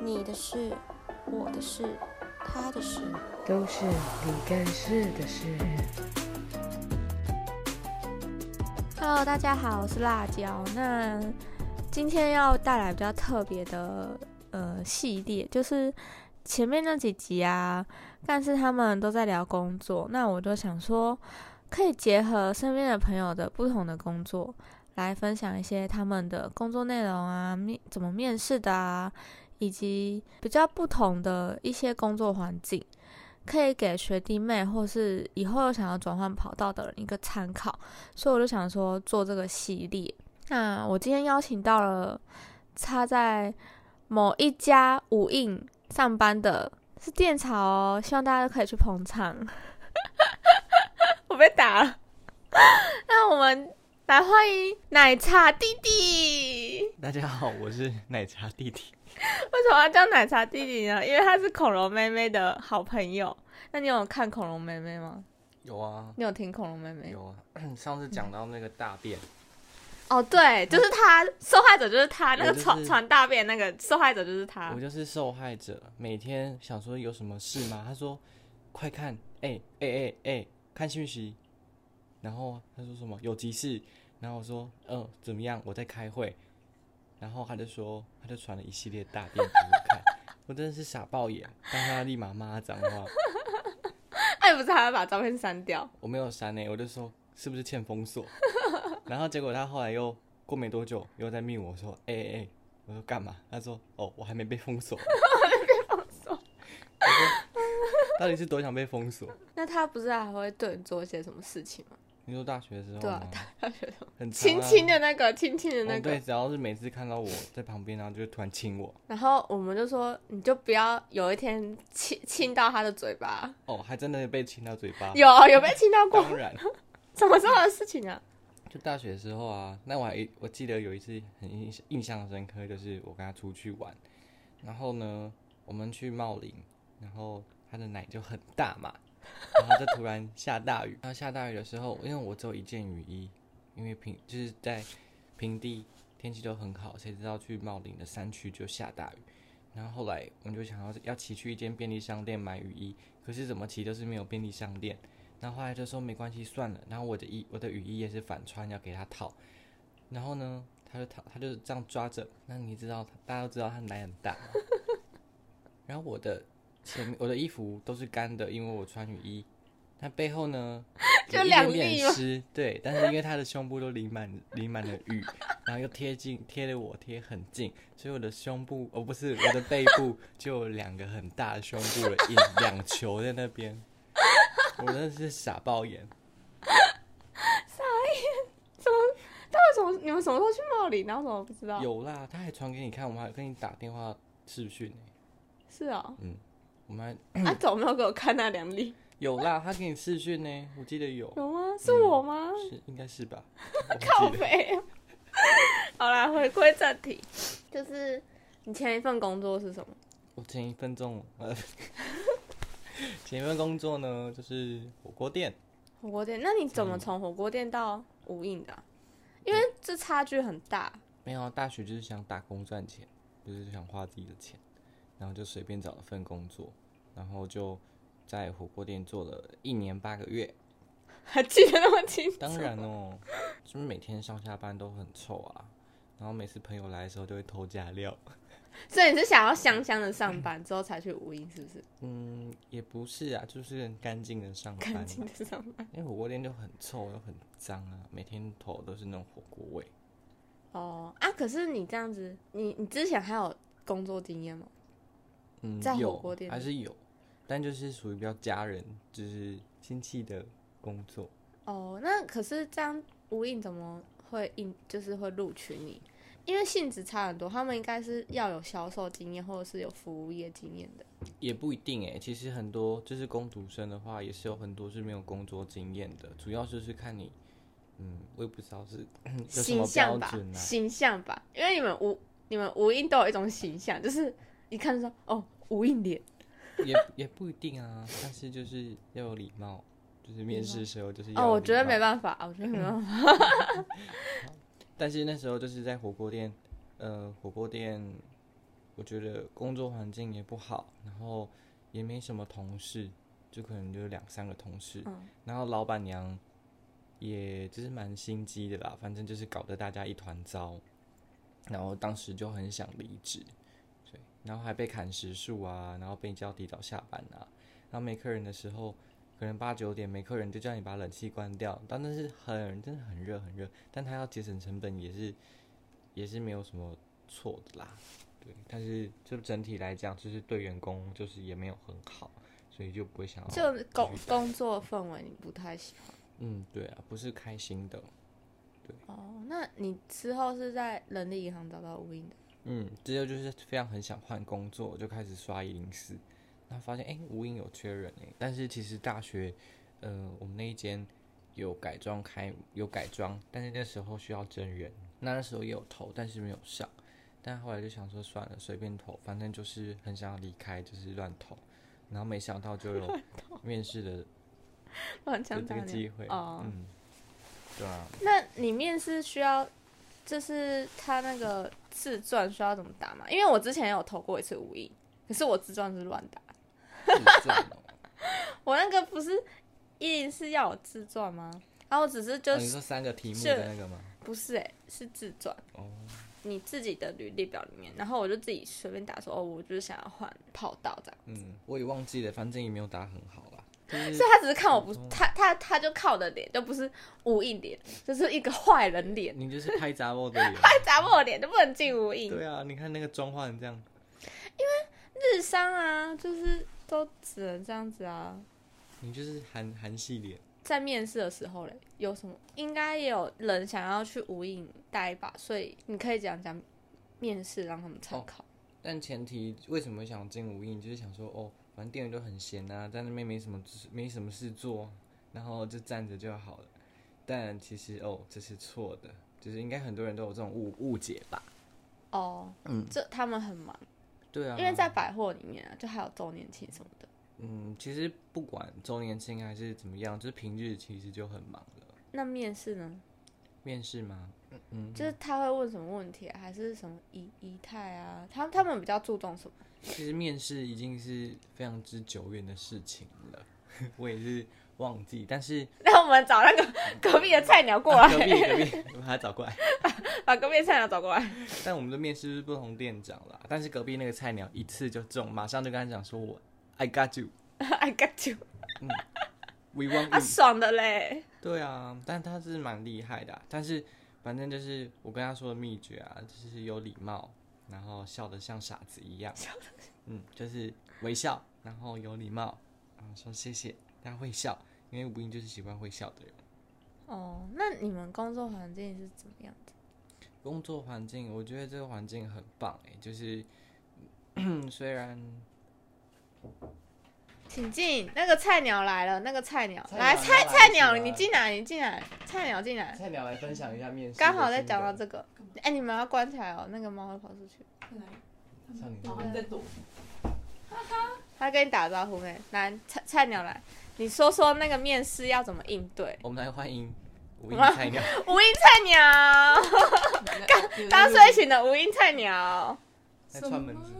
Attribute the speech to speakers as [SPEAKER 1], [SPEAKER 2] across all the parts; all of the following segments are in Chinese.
[SPEAKER 1] 你的事、我的事、他的事。
[SPEAKER 2] 都是你干事的事。
[SPEAKER 1] Hello，大家好，我是辣椒。那今天要带来比较特别的呃系列，就是前面那几集啊，但是他们都在聊工作，那我就想说，可以结合身边的朋友的不同的工作，来分享一些他们的工作内容啊，面怎么面试的啊，以及比较不同的一些工作环境，可以给学弟妹或是以后想要转换跑道的人一个参考。所以我就想说做这个系列。那我今天邀请到了他在某一家无印上班的，是电潮哦，希望大家都可以去捧场。 我被打了。那我们来欢迎奶茶弟弟。
[SPEAKER 3] 大家好，我是奶茶弟弟。
[SPEAKER 1] 为什么要叫奶茶弟弟呢？因为他是恐龙妹妹的好朋友。那你有看恐龙妹妹吗？
[SPEAKER 3] 有啊，
[SPEAKER 1] 你有听恐龙妹妹？
[SPEAKER 3] 有啊。 上次讲到那个大便，
[SPEAKER 1] 哦，对，就是他，受害者就是他，那个
[SPEAKER 3] 我就是
[SPEAKER 1] 传传大便那个受害者就是他
[SPEAKER 3] 我。就是受害者。每天想说有什么事吗？他说：“快看，哎哎哎哎，看讯息。”然后他说什么有急事，然后我说：“嗯、怎么样？我在开会。”然后他就说，他就传了一系列大便给我看，我真的是傻爆眼，但他立马骂他脏话。
[SPEAKER 1] 哎，不是，还要把照片删掉。
[SPEAKER 3] 我没有删呢、欸我就说是不是欠 封锁？然后结果他后来又过没多久又在密我说，哎、哎、哎，我说干嘛？他说哦，我还没被封锁，我说到底是多想被封锁？
[SPEAKER 1] 那他不是还会对你做一些什么事情吗？
[SPEAKER 3] 你说大学的时候
[SPEAKER 1] 对啊
[SPEAKER 3] 吗，
[SPEAKER 1] 他觉得
[SPEAKER 3] 很长
[SPEAKER 1] 轻
[SPEAKER 3] 啊
[SPEAKER 1] 轻的那个，轻轻的
[SPEAKER 3] 哦
[SPEAKER 1] 那个
[SPEAKER 3] 对，。只要是每次看到我在旁边，然后就会突然亲我，
[SPEAKER 1] 然后我们就说，你就不要有一天亲亲到他的嘴巴。
[SPEAKER 3] 哦，还真的被亲到嘴巴。
[SPEAKER 1] 有有被亲到过？
[SPEAKER 3] 当然，
[SPEAKER 1] 什么时候的事情啊？
[SPEAKER 3] 就大学的时候啊，那我还我记得有一次很印印象深刻，就是我跟他出去玩，然后呢，我们去茂林，然后他的奶就很大嘛，然后就突然下大雨，然后下大雨的时候，因为我只有一件雨衣，因为平就是在平地天气都很好，谁知道去茂林的山区就下大雨，然后后来我们就想要要骑去一间便利商店买雨衣，可是怎么骑都是没有便利商店。然后后来就说没关系，算了。然后我的衣我的雨衣也是反穿，要给他套。然后呢，他就套，他就这样抓着。那你知道，大家都知道他奶很 大嘛。然后我的前面我的衣服都是干的，因为我穿雨衣。那背后 呢，
[SPEAKER 1] 就
[SPEAKER 3] 有一
[SPEAKER 1] 两
[SPEAKER 3] 点点
[SPEAKER 1] 粒吗
[SPEAKER 3] 湿，对。但是因为他的胸部都淋满淋满了雨，然后又贴近贴的我贴很近，所以我的胸部哦不是我的背 部就有两个很大的胸部的印两球在那边。我真的是傻爆眼，
[SPEAKER 1] 他为什么你们什么时候去茂林？然后怎么不知道？
[SPEAKER 3] 有啦，他还传给你看，我们还跟你打电话视讯呢、
[SPEAKER 1] 是哦，
[SPEAKER 3] 我们
[SPEAKER 1] 啊，怎么没有给我看那两粒？
[SPEAKER 3] 还有啦，他给你视讯呢、我记得有，
[SPEAKER 1] 有吗？
[SPEAKER 3] 嗯
[SPEAKER 1] 是我吗？
[SPEAKER 3] 是应该是吧？
[SPEAKER 1] 靠
[SPEAKER 3] 我不记得
[SPEAKER 1] 背。好啦，回归正题，就是你前一份工作是什么？
[SPEAKER 3] 我前一份中，呃， 前一份工作呢，就是火锅店，
[SPEAKER 1] 火锅店？那你怎
[SPEAKER 3] 嗯
[SPEAKER 1] 么从火锅店到无印的啊、因为这差距很大。
[SPEAKER 3] 没有啊大学就是想打工赚钱，就是想花自己的钱，然后就随便找了份工作，然后就在火锅店做了一年八个月，
[SPEAKER 1] 还记得那么清楚？
[SPEAKER 3] 当然 哦，就是每天上下班都很臭啊，然后每次朋友来的时候就会偷加料。
[SPEAKER 1] 所以你是想要香香的上班之后才去无印，是不是？
[SPEAKER 3] 嗯，也不是啊，就是很干净的上班
[SPEAKER 1] 干
[SPEAKER 3] 嘛，
[SPEAKER 1] 净啊的上班。
[SPEAKER 3] 因为火锅店就很臭又很脏啊，每天头都是那种火锅味。
[SPEAKER 1] 哦啊，可是你这样子，你你之前还有工作经验吗？
[SPEAKER 3] 嗯，
[SPEAKER 1] 在火
[SPEAKER 3] 有
[SPEAKER 1] 锅店
[SPEAKER 3] 还
[SPEAKER 1] 里
[SPEAKER 3] 是有，但就是属于比较家人，就是亲戚的工作。
[SPEAKER 1] 哦，那可是这样无印怎么会应就是会录取你？因为性质差很多，他们应该是要有销售经验或者是有服务业经验的。
[SPEAKER 3] 也不一定哎、其实很多就是工读生的话，也是有很多是没有工作经验的，主要就是看你，嗯，我也不知道是 嗯有什
[SPEAKER 1] 形
[SPEAKER 3] 么标
[SPEAKER 1] 象吧，
[SPEAKER 3] 准啊，
[SPEAKER 1] 形象吧，因为你们无你们无印都有一种形象，就是一看就说哦无印脸，
[SPEAKER 3] 也也不一定啊，但是就是要有礼貌，就是面试的时候就是要
[SPEAKER 1] 哦，
[SPEAKER 3] 有
[SPEAKER 1] 我
[SPEAKER 3] 礼
[SPEAKER 1] 觉得
[SPEAKER 3] 貌
[SPEAKER 1] 没办法，我觉得没办法，
[SPEAKER 3] 但是那时候就是在火锅店，呃，火锅店我觉得工作环境也不好，然后也没什么同事，就可能就两三个同事，
[SPEAKER 4] 嗯
[SPEAKER 3] 然后老板娘也就是蛮心机的啦，反正就是搞得大家一团糟，然后当时就很想离职，对，然后还被砍时数啊，然后被叫提早下班啊，然后没客人的时候。可能八九点没客人，就叫你把冷气关掉。但那是很真的很热很热，但他要节省成本也是也是没有什么错的啦。对，但是就整体来讲，就是对员工就是也没有很好，所以就不会想要
[SPEAKER 1] 就
[SPEAKER 3] 继续
[SPEAKER 1] 工
[SPEAKER 3] 待
[SPEAKER 1] 工作氛围你不太喜欢
[SPEAKER 3] 嗯，对啊，不是开心的。
[SPEAKER 1] 哦。那你之后是在人力银行找到无印的？
[SPEAKER 3] 嗯，之后就是非常很想换工作，我就开始刷一零四，那发现哎、诶无印有缺人哎、但是其实大学，呃，我们那一间有改装开有改装，但是那时候需要真人，那那时候也有投，但是没有上，但后来就想说算了，随便投，反正就是很想要离开，就是乱投，然后没想到就有面试的
[SPEAKER 1] 乱
[SPEAKER 3] 有
[SPEAKER 1] 枪
[SPEAKER 3] 这
[SPEAKER 1] 打
[SPEAKER 3] 个
[SPEAKER 1] 鸟
[SPEAKER 3] 机会，
[SPEAKER 1] 哦
[SPEAKER 3] 嗯，对啊，
[SPEAKER 1] 那里面是需要，就是他那个自传需要怎么打吗？因为我之前有投过一次无印，可是我自传是乱打，
[SPEAKER 3] 自传哦、
[SPEAKER 1] 我那个不是一零四要我自传吗？然后我只是就
[SPEAKER 3] 哦你
[SPEAKER 1] 是、
[SPEAKER 3] 说三个题目
[SPEAKER 1] 是
[SPEAKER 3] 的那个吗？
[SPEAKER 1] 不是哎、是自传，
[SPEAKER 3] 哦，
[SPEAKER 1] 你自己的履历表里面，然后我就自己随便打说哦，我就是想要换跑道这样。
[SPEAKER 3] 嗯，我也忘记了，反正也没有打很好啦。就是
[SPEAKER 1] 所以他只是看我不，他他他就看我的脸，就不是无印脸，就是一个坏人脸，
[SPEAKER 3] 你就是拍杂货的脸。
[SPEAKER 1] 砸破我脸就不能进无印。
[SPEAKER 3] 对啊，你看那个妆化成这样，
[SPEAKER 1] 日商啊，就是都只能这样子啊。
[SPEAKER 3] 你就是韩韩系脸。
[SPEAKER 1] 在面试的时候嘞，有什么应该也有人想要去无印待吧，所以你可以讲讲面试，让他们
[SPEAKER 3] 哦
[SPEAKER 1] 参考。
[SPEAKER 3] 但前提为什么会想进无印，就是想说哦，反正店员都很闲啊，在那边没什么事没什么事做，然后就站着就好了。但其实哦，这是错的，就是应该很多人都有这种误误解吧？
[SPEAKER 1] 哦，
[SPEAKER 3] 嗯
[SPEAKER 1] 这他们很忙，
[SPEAKER 3] 对啊，
[SPEAKER 1] 因为在百货里面啊，就还有周年庆什么的。
[SPEAKER 3] 嗯，其实不管周年庆还是怎么样，就是平日其实就很忙了。
[SPEAKER 1] 那面试
[SPEAKER 3] 嗯
[SPEAKER 1] 呢？
[SPEAKER 3] 面试吗？嗯，
[SPEAKER 1] 就是他会问什么问题啊，还是什么仪仪态啊？他他们比较注重什么？
[SPEAKER 3] 其实面试已经是非常之久远的事情了， 我也是忘记，但是啊
[SPEAKER 1] 那我们找那个隔壁的菜鸟过来，
[SPEAKER 3] 嗯隔壁隔壁我把他找过来，
[SPEAKER 1] 把隔壁的菜鸟找过来。
[SPEAKER 3] 但我们的面试是不同店长啦，但是隔壁那个菜鸟一次就中，马上就跟他讲说我 I got you,
[SPEAKER 1] I got you，
[SPEAKER 3] we want
[SPEAKER 1] 啊，
[SPEAKER 3] you，
[SPEAKER 1] 爽的嘞！
[SPEAKER 3] 对啊，但他是蛮厉害的啊、但是反正就是我跟他说的秘诀啊，就是有礼貌，然后笑得像傻子一样，嗯，就是微笑，然后有礼貌，然后说谢谢，但会笑，因为吴英就是喜欢会笑的人。
[SPEAKER 1] 哦，那你们工作环境是怎么样的？
[SPEAKER 3] 工作环境，我觉得这个环境很棒哎、就是 虽然
[SPEAKER 1] 请进，那个菜鸟来了，那个菜鸟
[SPEAKER 3] 菜鸟
[SPEAKER 1] 来，
[SPEAKER 3] 你要
[SPEAKER 1] 菜
[SPEAKER 3] 来
[SPEAKER 1] 菜
[SPEAKER 3] 是
[SPEAKER 1] 鸟，
[SPEAKER 3] 吗
[SPEAKER 1] 你进来，你进来，菜鸟进来，
[SPEAKER 3] 菜鸟来分享一下面试，
[SPEAKER 1] 刚好在讲到这个，哎，你们要关起来哦，那个猫会跑出去，
[SPEAKER 3] 像你
[SPEAKER 5] 然后你在躲，
[SPEAKER 1] 它跟你打招呼没？来，菜菜鸟来，你说说那个面试要怎么应 对？
[SPEAKER 3] 我们来欢迎吴英
[SPEAKER 1] 哇
[SPEAKER 3] 菜鸟。
[SPEAKER 1] 无印菜鸟，
[SPEAKER 5] 刚
[SPEAKER 1] 刚睡醒的无印菜鸟，
[SPEAKER 3] 在串门子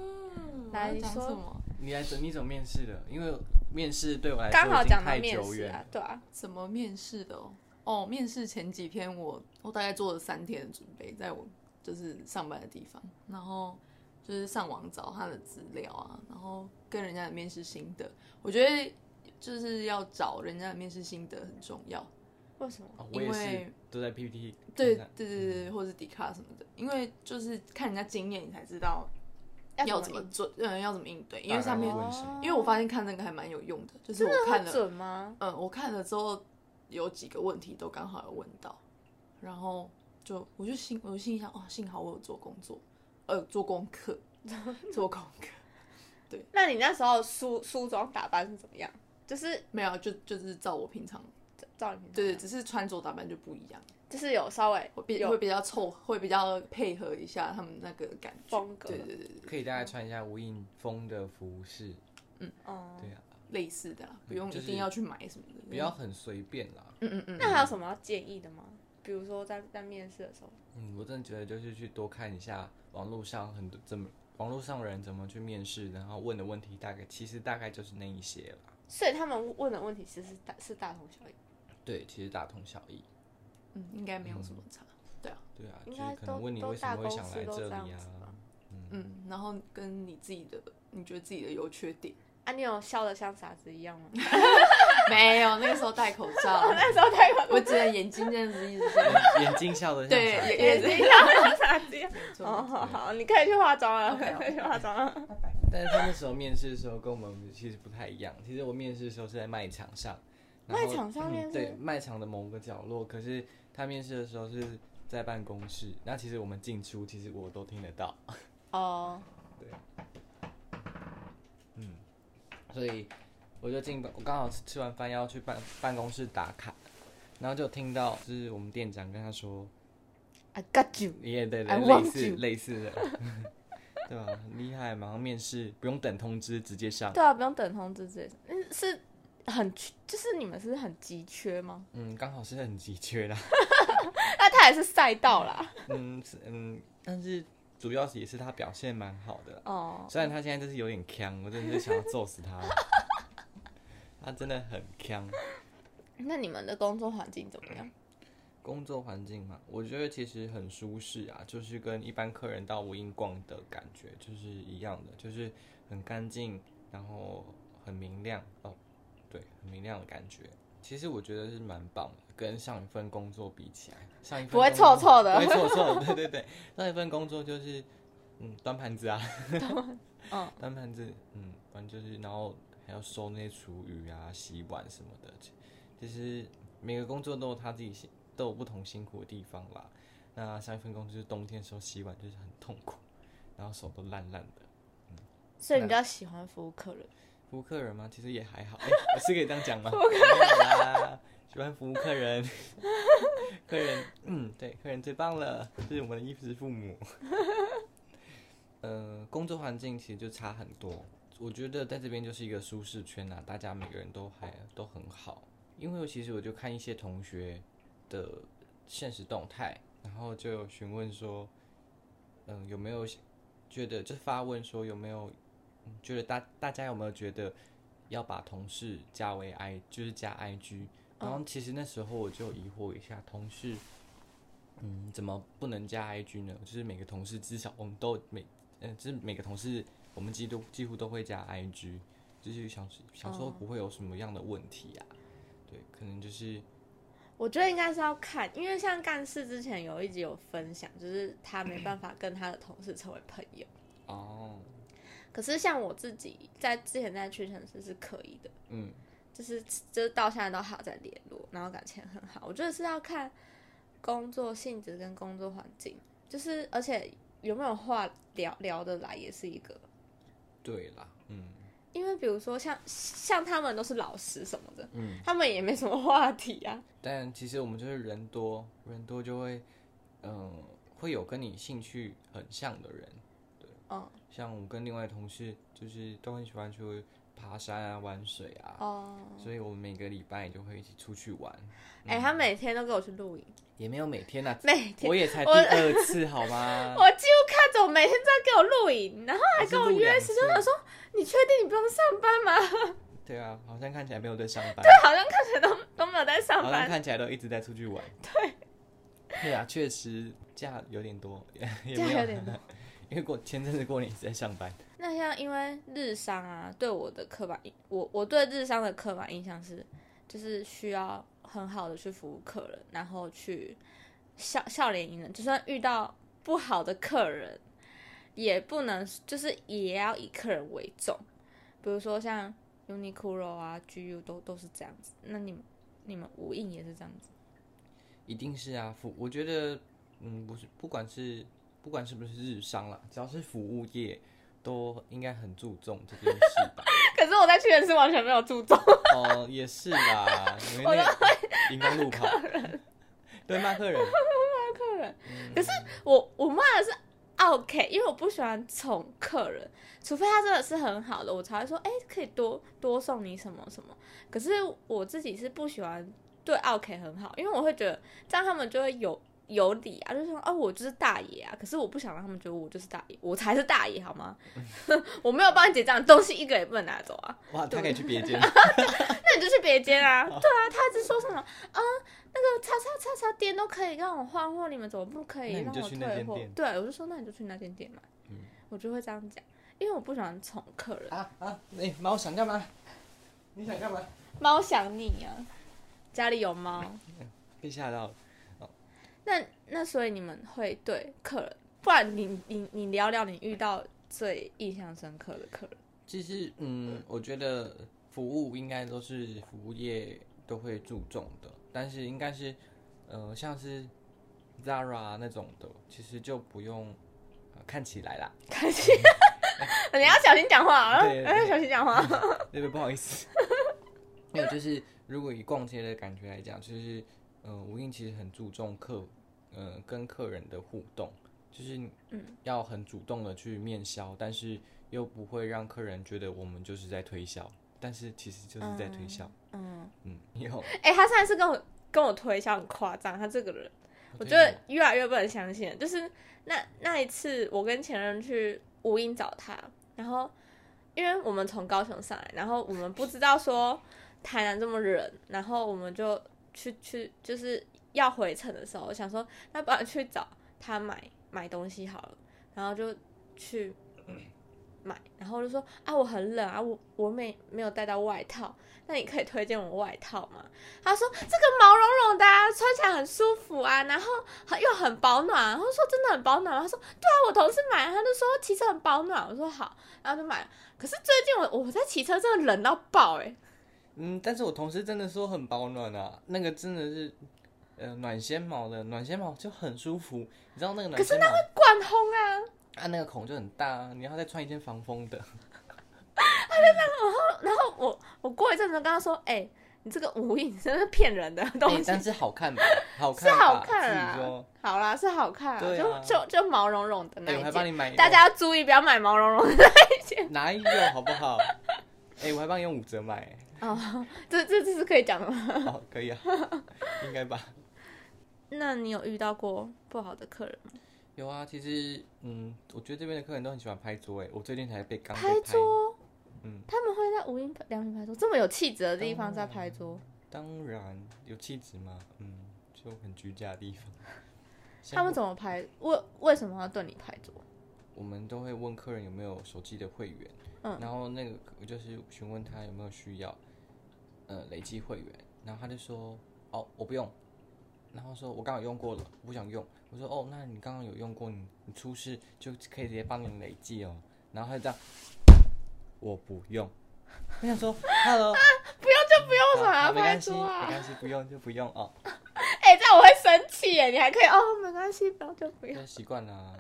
[SPEAKER 1] 来你
[SPEAKER 5] 讲
[SPEAKER 1] 说
[SPEAKER 5] 什么？
[SPEAKER 3] 你来怎你怎么面试的？因为面试对我来说
[SPEAKER 1] 刚好
[SPEAKER 3] 已经
[SPEAKER 1] 讲到
[SPEAKER 3] 太
[SPEAKER 1] 面
[SPEAKER 3] 久
[SPEAKER 1] 试
[SPEAKER 3] 远
[SPEAKER 1] 啊
[SPEAKER 3] 了，，
[SPEAKER 1] 对啊，
[SPEAKER 5] 什么面试的哦？哦，面试前几天我我大概做了三天的准备，在我就是上班的地方，然后就是上网找他的资料啊，然后跟人家的面试心得。我觉得就是要找人家的面试心得很重要，
[SPEAKER 1] 为什么？
[SPEAKER 3] 哦我也
[SPEAKER 5] 因
[SPEAKER 3] 是
[SPEAKER 5] 为
[SPEAKER 3] 都在 PPT
[SPEAKER 5] 对
[SPEAKER 3] 看
[SPEAKER 5] 对对对，对，或者是迪卡什么的，因为就是看人家经验，你才知道要怎么
[SPEAKER 1] 应
[SPEAKER 5] 做，嗯，要怎么应对，因
[SPEAKER 3] 大
[SPEAKER 5] 为
[SPEAKER 3] 概
[SPEAKER 5] 上面
[SPEAKER 3] 会问谁
[SPEAKER 1] 哦
[SPEAKER 5] 因为我发现看那个还蛮有用的，就是我看了，
[SPEAKER 1] 准哦吗？
[SPEAKER 5] 嗯，我看了之后有几个问题都刚好有问到，然后就我就心我就心里想，哦，幸好我有做工作，呃，做功 课，做功课，
[SPEAKER 1] 那你那时候梳梳妆打扮是怎么样？就是
[SPEAKER 5] 没有，啊就就是照我平常，
[SPEAKER 1] 照你平常打
[SPEAKER 5] 对，
[SPEAKER 1] 扮
[SPEAKER 5] 只是穿着打扮就不一样，
[SPEAKER 1] 就是有稍微
[SPEAKER 5] 会比
[SPEAKER 1] 有
[SPEAKER 5] 会比较凑，会比较配合一下他们那个感觉，
[SPEAKER 1] 风格
[SPEAKER 5] 对对对对，
[SPEAKER 3] 可以大概穿一下无印风的服饰，
[SPEAKER 1] 哦、
[SPEAKER 3] 对啊，
[SPEAKER 5] 类似的啦，不用
[SPEAKER 3] 嗯就
[SPEAKER 5] 一
[SPEAKER 3] 是
[SPEAKER 5] 定要去买什么的，
[SPEAKER 3] 不要很随便啦。
[SPEAKER 5] 嗯，嗯嗯嗯，
[SPEAKER 1] 那还有什么要建议的吗？比如说在在面试的时候，
[SPEAKER 3] 嗯，我真的觉得就是去多看一下网络上很多怎么网络上的人怎么去面试，然后问的问题大概其实大概就是那一些啦。
[SPEAKER 1] 所以他们问的问题其实是大是大同小异，
[SPEAKER 3] 对，其实大同小异。
[SPEAKER 5] 嗯，应该没有什么差。对啊，
[SPEAKER 3] 对啊，就
[SPEAKER 1] 应该
[SPEAKER 3] 是可能
[SPEAKER 1] 都
[SPEAKER 3] 问你
[SPEAKER 1] 都
[SPEAKER 3] 为什么
[SPEAKER 1] 大
[SPEAKER 3] 会
[SPEAKER 1] 公
[SPEAKER 3] 想
[SPEAKER 1] 司
[SPEAKER 3] 来
[SPEAKER 1] 都
[SPEAKER 3] 这
[SPEAKER 1] 这样
[SPEAKER 3] 里
[SPEAKER 1] 子吧
[SPEAKER 3] 啊？
[SPEAKER 5] 嗯，然后跟你自己的，你觉得自己的优缺点
[SPEAKER 1] 啊，你有笑得像傻子一 样吗？哦
[SPEAKER 5] 没有？那个时候戴口罩，啊
[SPEAKER 1] 那时候太晚，
[SPEAKER 5] 我只能眼睛这样子一直这样。
[SPEAKER 3] 眼眼睛笑的
[SPEAKER 5] 对，也也是。
[SPEAKER 1] 像傻子一样。
[SPEAKER 5] 没错
[SPEAKER 1] 哦，好好，你可以去化妆了，
[SPEAKER 5] OK，OK
[SPEAKER 1] 可以去化妆了。
[SPEAKER 3] 但是他那时候面试的时候跟我们其实不太一样。其实我面试的时候是在卖场上，然后
[SPEAKER 1] 卖场上面
[SPEAKER 3] 嗯
[SPEAKER 1] 是
[SPEAKER 3] 对卖场的某个角落。可是他面试的时候是在办公室，那其实我们进出其实我都听得到，
[SPEAKER 1] 哦，
[SPEAKER 3] 所以我就进办，我刚好吃完饭要去办办公室打卡，然后就听到就是我们店长跟他说
[SPEAKER 1] I got you。
[SPEAKER 3] 耶，对
[SPEAKER 1] I
[SPEAKER 3] 对，类
[SPEAKER 1] want
[SPEAKER 3] 似
[SPEAKER 1] you
[SPEAKER 3] 类似的， 对吧、很厉害，马上面试，不用等通知，直接上。
[SPEAKER 1] 对啊，不用等通知之类的。嗯，是很缺就是你们是很急缺吗？
[SPEAKER 3] 嗯，刚好是很急缺啦。
[SPEAKER 1] 那啊他也是赛道啦。
[SPEAKER 3] 嗯是嗯，但是主要是也是他表现蛮好的啦，
[SPEAKER 1] 哦，
[SPEAKER 3] 虽然他现在就是有点呛，我真的是想要揍 死他。他真的很呛。
[SPEAKER 1] 那你们的工作环境怎么样？
[SPEAKER 3] 工作环境嘛，我觉得其实很舒适啊，就是跟一般客人到无印逛的感觉就是一样的，就是很干净，然后很明亮哦，对，很明亮的感觉。其实我觉得是蛮棒的，跟上一份工作比起来，上一份
[SPEAKER 1] 不会
[SPEAKER 3] 工作
[SPEAKER 1] 臭臭的
[SPEAKER 3] 不会臭臭的，对 对对，上一份工作就是嗯端盘子啊，
[SPEAKER 1] 嗯，
[SPEAKER 3] 端盘子，嗯，反正就是然后还要收那些厨余啊、洗碗什么的，其其实每个工作都有他自己辛都有不同辛苦的地方啦。那上一份工作就是冬天的时候洗碗就是很痛苦，然后手都烂烂的。
[SPEAKER 1] 所以你比较喜欢服务客人？
[SPEAKER 3] 服务客人吗？其实也还好，哎、我是可以这样讲吗？没有啦，喜欢服务客人， 客人，嗯，对，客人最棒了，这是我们的衣食父母。呃，工作环境其实就差很多，我觉得在这边就是一个舒适圈啊，大家每个人都还都很好。因为其实我就看一些同学的现实动态，然后就有询问说，嗯、有没有觉得就发问说有没有嗯觉得大大家有没有觉得要把同事加为 I 就是加 IG？然后其实那时候我就疑惑一下，同事嗯怎么不能加 IG 呢？就是每个同事至少我们都每嗯、就是每个同事我们几乎几乎都会加 IG，就是想想说不会有什么样的问题啊？对，可能就是
[SPEAKER 1] 我觉得应该是要看，因为像干事之前有一集有分享，就是他没办法跟他的同事成为朋友。
[SPEAKER 3] 哦，
[SPEAKER 1] 可是像我自己在之前在屈臣氏是可以的，
[SPEAKER 3] 嗯，
[SPEAKER 1] 就是就是到现在都还有在联络，然后感情很好。我觉得是要看工作性质跟工作环境，就是而且有没有话聊聊得来也是一个。
[SPEAKER 3] 对啦，嗯
[SPEAKER 1] 因为比如说像像他们都是老师什么的，
[SPEAKER 3] 嗯。
[SPEAKER 1] 他们也没什么话题啊。
[SPEAKER 3] 但其实我们就是人多，人多就会，嗯、会有跟你兴趣很像的人。哦
[SPEAKER 1] 嗯，
[SPEAKER 3] 像我跟另外同事，就是都很喜欢去爬山啊、玩水啊，
[SPEAKER 1] 哦，
[SPEAKER 3] 所以我们每个礼拜就会一起出去玩，
[SPEAKER 1] 哎、他每天都跟我去露营，
[SPEAKER 3] 也没有每 天啊，
[SPEAKER 1] 每天
[SPEAKER 3] 我也才第
[SPEAKER 1] 我
[SPEAKER 3] 二次好 吗？
[SPEAKER 1] 我几乎看着我每天在给我录影，然后
[SPEAKER 3] 还跟我约时间，我说
[SPEAKER 1] 你确定你不用上班吗？
[SPEAKER 3] 对啊，好像看起来没有在上班，
[SPEAKER 1] 好像看起来都都没有在上
[SPEAKER 3] 好像
[SPEAKER 1] 班，
[SPEAKER 3] 看起来都一直在出去玩。对，对啊，确实假有点多，也也
[SPEAKER 1] 这
[SPEAKER 3] 没
[SPEAKER 1] 样有
[SPEAKER 3] 有，
[SPEAKER 1] 点多。
[SPEAKER 3] 因为过前阵子过年一直在上班。
[SPEAKER 1] 那像因为日商啊，对我的刻板印，我我对日商的刻板印象是，就是需要很好的去服务客人，然后去笑笑脸迎人，就算遇到不好的客人，也不能就是也要以客人为重。比如说像 Uniqlo 啊、GU 都都是这样子。那你们你们无印也是这样子，
[SPEAKER 3] 一定是啊，服我觉得，嗯，不是，不管是不管是不是日商啦，只要是服务业，都应该很注重这件事 吧。
[SPEAKER 1] 可是我在去的是完全没有注重。
[SPEAKER 3] 哦，也是啦，因为那 荧光路跑，对骂客人，嗯
[SPEAKER 1] 客人，可是我我骂的是 OK，因为我不喜欢宠客人，除非他真的是很好的，我才会说，哎、可以多多送你什么什么。可是我自己是不喜欢对 OK 很好，因为我会觉得这样他们就会有有理啊，就说哦，我就是大爷啊，可是我不想让他们觉得我就是大爷，我才是大爷好吗？ 我没有帮你结账，东西一个也不能拿走啊，
[SPEAKER 3] 哇，他可以去别间，
[SPEAKER 1] 那你 就去别间啊。
[SPEAKER 3] 哦
[SPEAKER 1] 对啊，他一直说什么啊、那个叉叉叉叉店都可以让我换货，你们怎么不可以
[SPEAKER 3] 那你
[SPEAKER 1] 让
[SPEAKER 3] 就
[SPEAKER 1] 我
[SPEAKER 3] 去那
[SPEAKER 1] 退
[SPEAKER 3] 间
[SPEAKER 1] 货
[SPEAKER 3] 店？
[SPEAKER 1] 对，我就说那你就去那间店买，
[SPEAKER 3] 嗯
[SPEAKER 1] 我就会这样讲，因为我不喜欢宠客人。
[SPEAKER 3] 啊啊，哎、猫想干嘛？你想干嘛？
[SPEAKER 1] 猫想你啊，家里有 猫。
[SPEAKER 3] 被吓到了。
[SPEAKER 1] 那那所以你们会对客人，不然你你你聊聊你遇到最印象深刻的客人。
[SPEAKER 3] 其实，嗯，我觉得服务应该都是服务业都会注重的，但是应该是，呃，像是 Zara 啊那种的，其实就不用、呃看起来啦，
[SPEAKER 1] 开心， 你要小心讲话啊！
[SPEAKER 3] 嗯对
[SPEAKER 1] 要小心讲话。
[SPEAKER 3] 对不对？不好意思， 没有，就是如果以逛街的感觉来讲，就是，呃，无印其实很注重客，呃，跟客人的互动，就是
[SPEAKER 1] 嗯
[SPEAKER 3] 要很主动的去面销，但是又不会让客人觉得我们就是在推销，但是其实就是在推销。
[SPEAKER 1] 嗯，
[SPEAKER 3] 嗯，以后
[SPEAKER 1] 哎、他上一次跟我跟我推销很夸张，他这个人 我
[SPEAKER 3] 推
[SPEAKER 1] 觉得
[SPEAKER 3] 你
[SPEAKER 1] 越来越不能相信了。就是那那一次，我跟前任去无印找他，然后因为我们从高雄上来，然后我们不知道说台南这么冷，然后我们就去去就是要回程的时候，我想说那不然去找他买买东西好了，然后就去。买，然后就说啊，我很冷啊，我我没没有带到外套，那你可以推荐我外套吗？他说这个毛茸茸的、啊，穿起来很舒服啊，然后很又很保暖。然后说真的很保暖吗。他说对啊，我同事买了，他就说骑车很保暖。我说好，然后就买了。可是最近我我在骑车真的冷到爆哎、欸
[SPEAKER 3] 嗯，但是我同事真的说很保暖啊，那个真的是，呃，暖纤毛的暖纤毛就很舒服，你知道那个
[SPEAKER 1] 可
[SPEAKER 3] 暖
[SPEAKER 1] 是
[SPEAKER 3] 纤毛
[SPEAKER 1] 灌风啊！
[SPEAKER 3] 啊，那个孔就很大、啊，你要再穿一件防 风的。
[SPEAKER 1] 然后我我过一阵子跟他说，哎、你这个无印真的是骗人的东
[SPEAKER 3] 欸
[SPEAKER 1] 西。
[SPEAKER 3] 但是好看吧， 好
[SPEAKER 1] 是
[SPEAKER 3] 看吧，
[SPEAKER 1] 好看
[SPEAKER 3] 自己
[SPEAKER 1] 啊
[SPEAKER 3] 说，，
[SPEAKER 1] 好啦，是好看、
[SPEAKER 3] 对啊
[SPEAKER 1] 就就就毛茸茸的那
[SPEAKER 3] 哎、
[SPEAKER 1] 一
[SPEAKER 3] 我还
[SPEAKER 1] 件，
[SPEAKER 3] 帮你买，
[SPEAKER 1] 大家要注意不要买毛茸茸的。
[SPEAKER 3] 哪有好 不好？哎、我还帮你用五折买、
[SPEAKER 1] 哦，这这这是可以讲的吗？
[SPEAKER 3] 哦，可以啊，应该吧。
[SPEAKER 1] 那你有遇到过不好的客人吗？
[SPEAKER 3] 有啊，其实，嗯，我觉得这边的客人都很喜欢拍桌、哎，我最近才被刚被
[SPEAKER 1] 拍桌，
[SPEAKER 3] 嗯
[SPEAKER 1] 他们会在无印良品拍桌，这么有气质的地方在拍桌，
[SPEAKER 3] 当然有气质嘛，嗯，就很居家的地 方。
[SPEAKER 1] 他们怎
[SPEAKER 3] 么？
[SPEAKER 1] 么拍？为为什么要对你拍桌？
[SPEAKER 3] 我们都会问客人有没有手机的会员，
[SPEAKER 1] 嗯
[SPEAKER 3] 然后那个我就是询问他有没有需要，呃，累积会员，然后他就说，哦，我不用，然后说我刚好用过了，我不想用。我说，哦，那你刚刚有用过，你你出示就可以直接帮你累积哦。然后他就这样，我不用。我想说，Hello，
[SPEAKER 1] 不用为什么还
[SPEAKER 3] 好
[SPEAKER 1] 要
[SPEAKER 3] 没
[SPEAKER 1] 拍
[SPEAKER 3] 关系，
[SPEAKER 1] 桌
[SPEAKER 3] 没
[SPEAKER 1] 啊？
[SPEAKER 3] 关系，不用就不用哦，
[SPEAKER 1] 哎、这样我会生气耶！你还可以哦，没关系，不要就不要啊
[SPEAKER 3] 就习惯了啊。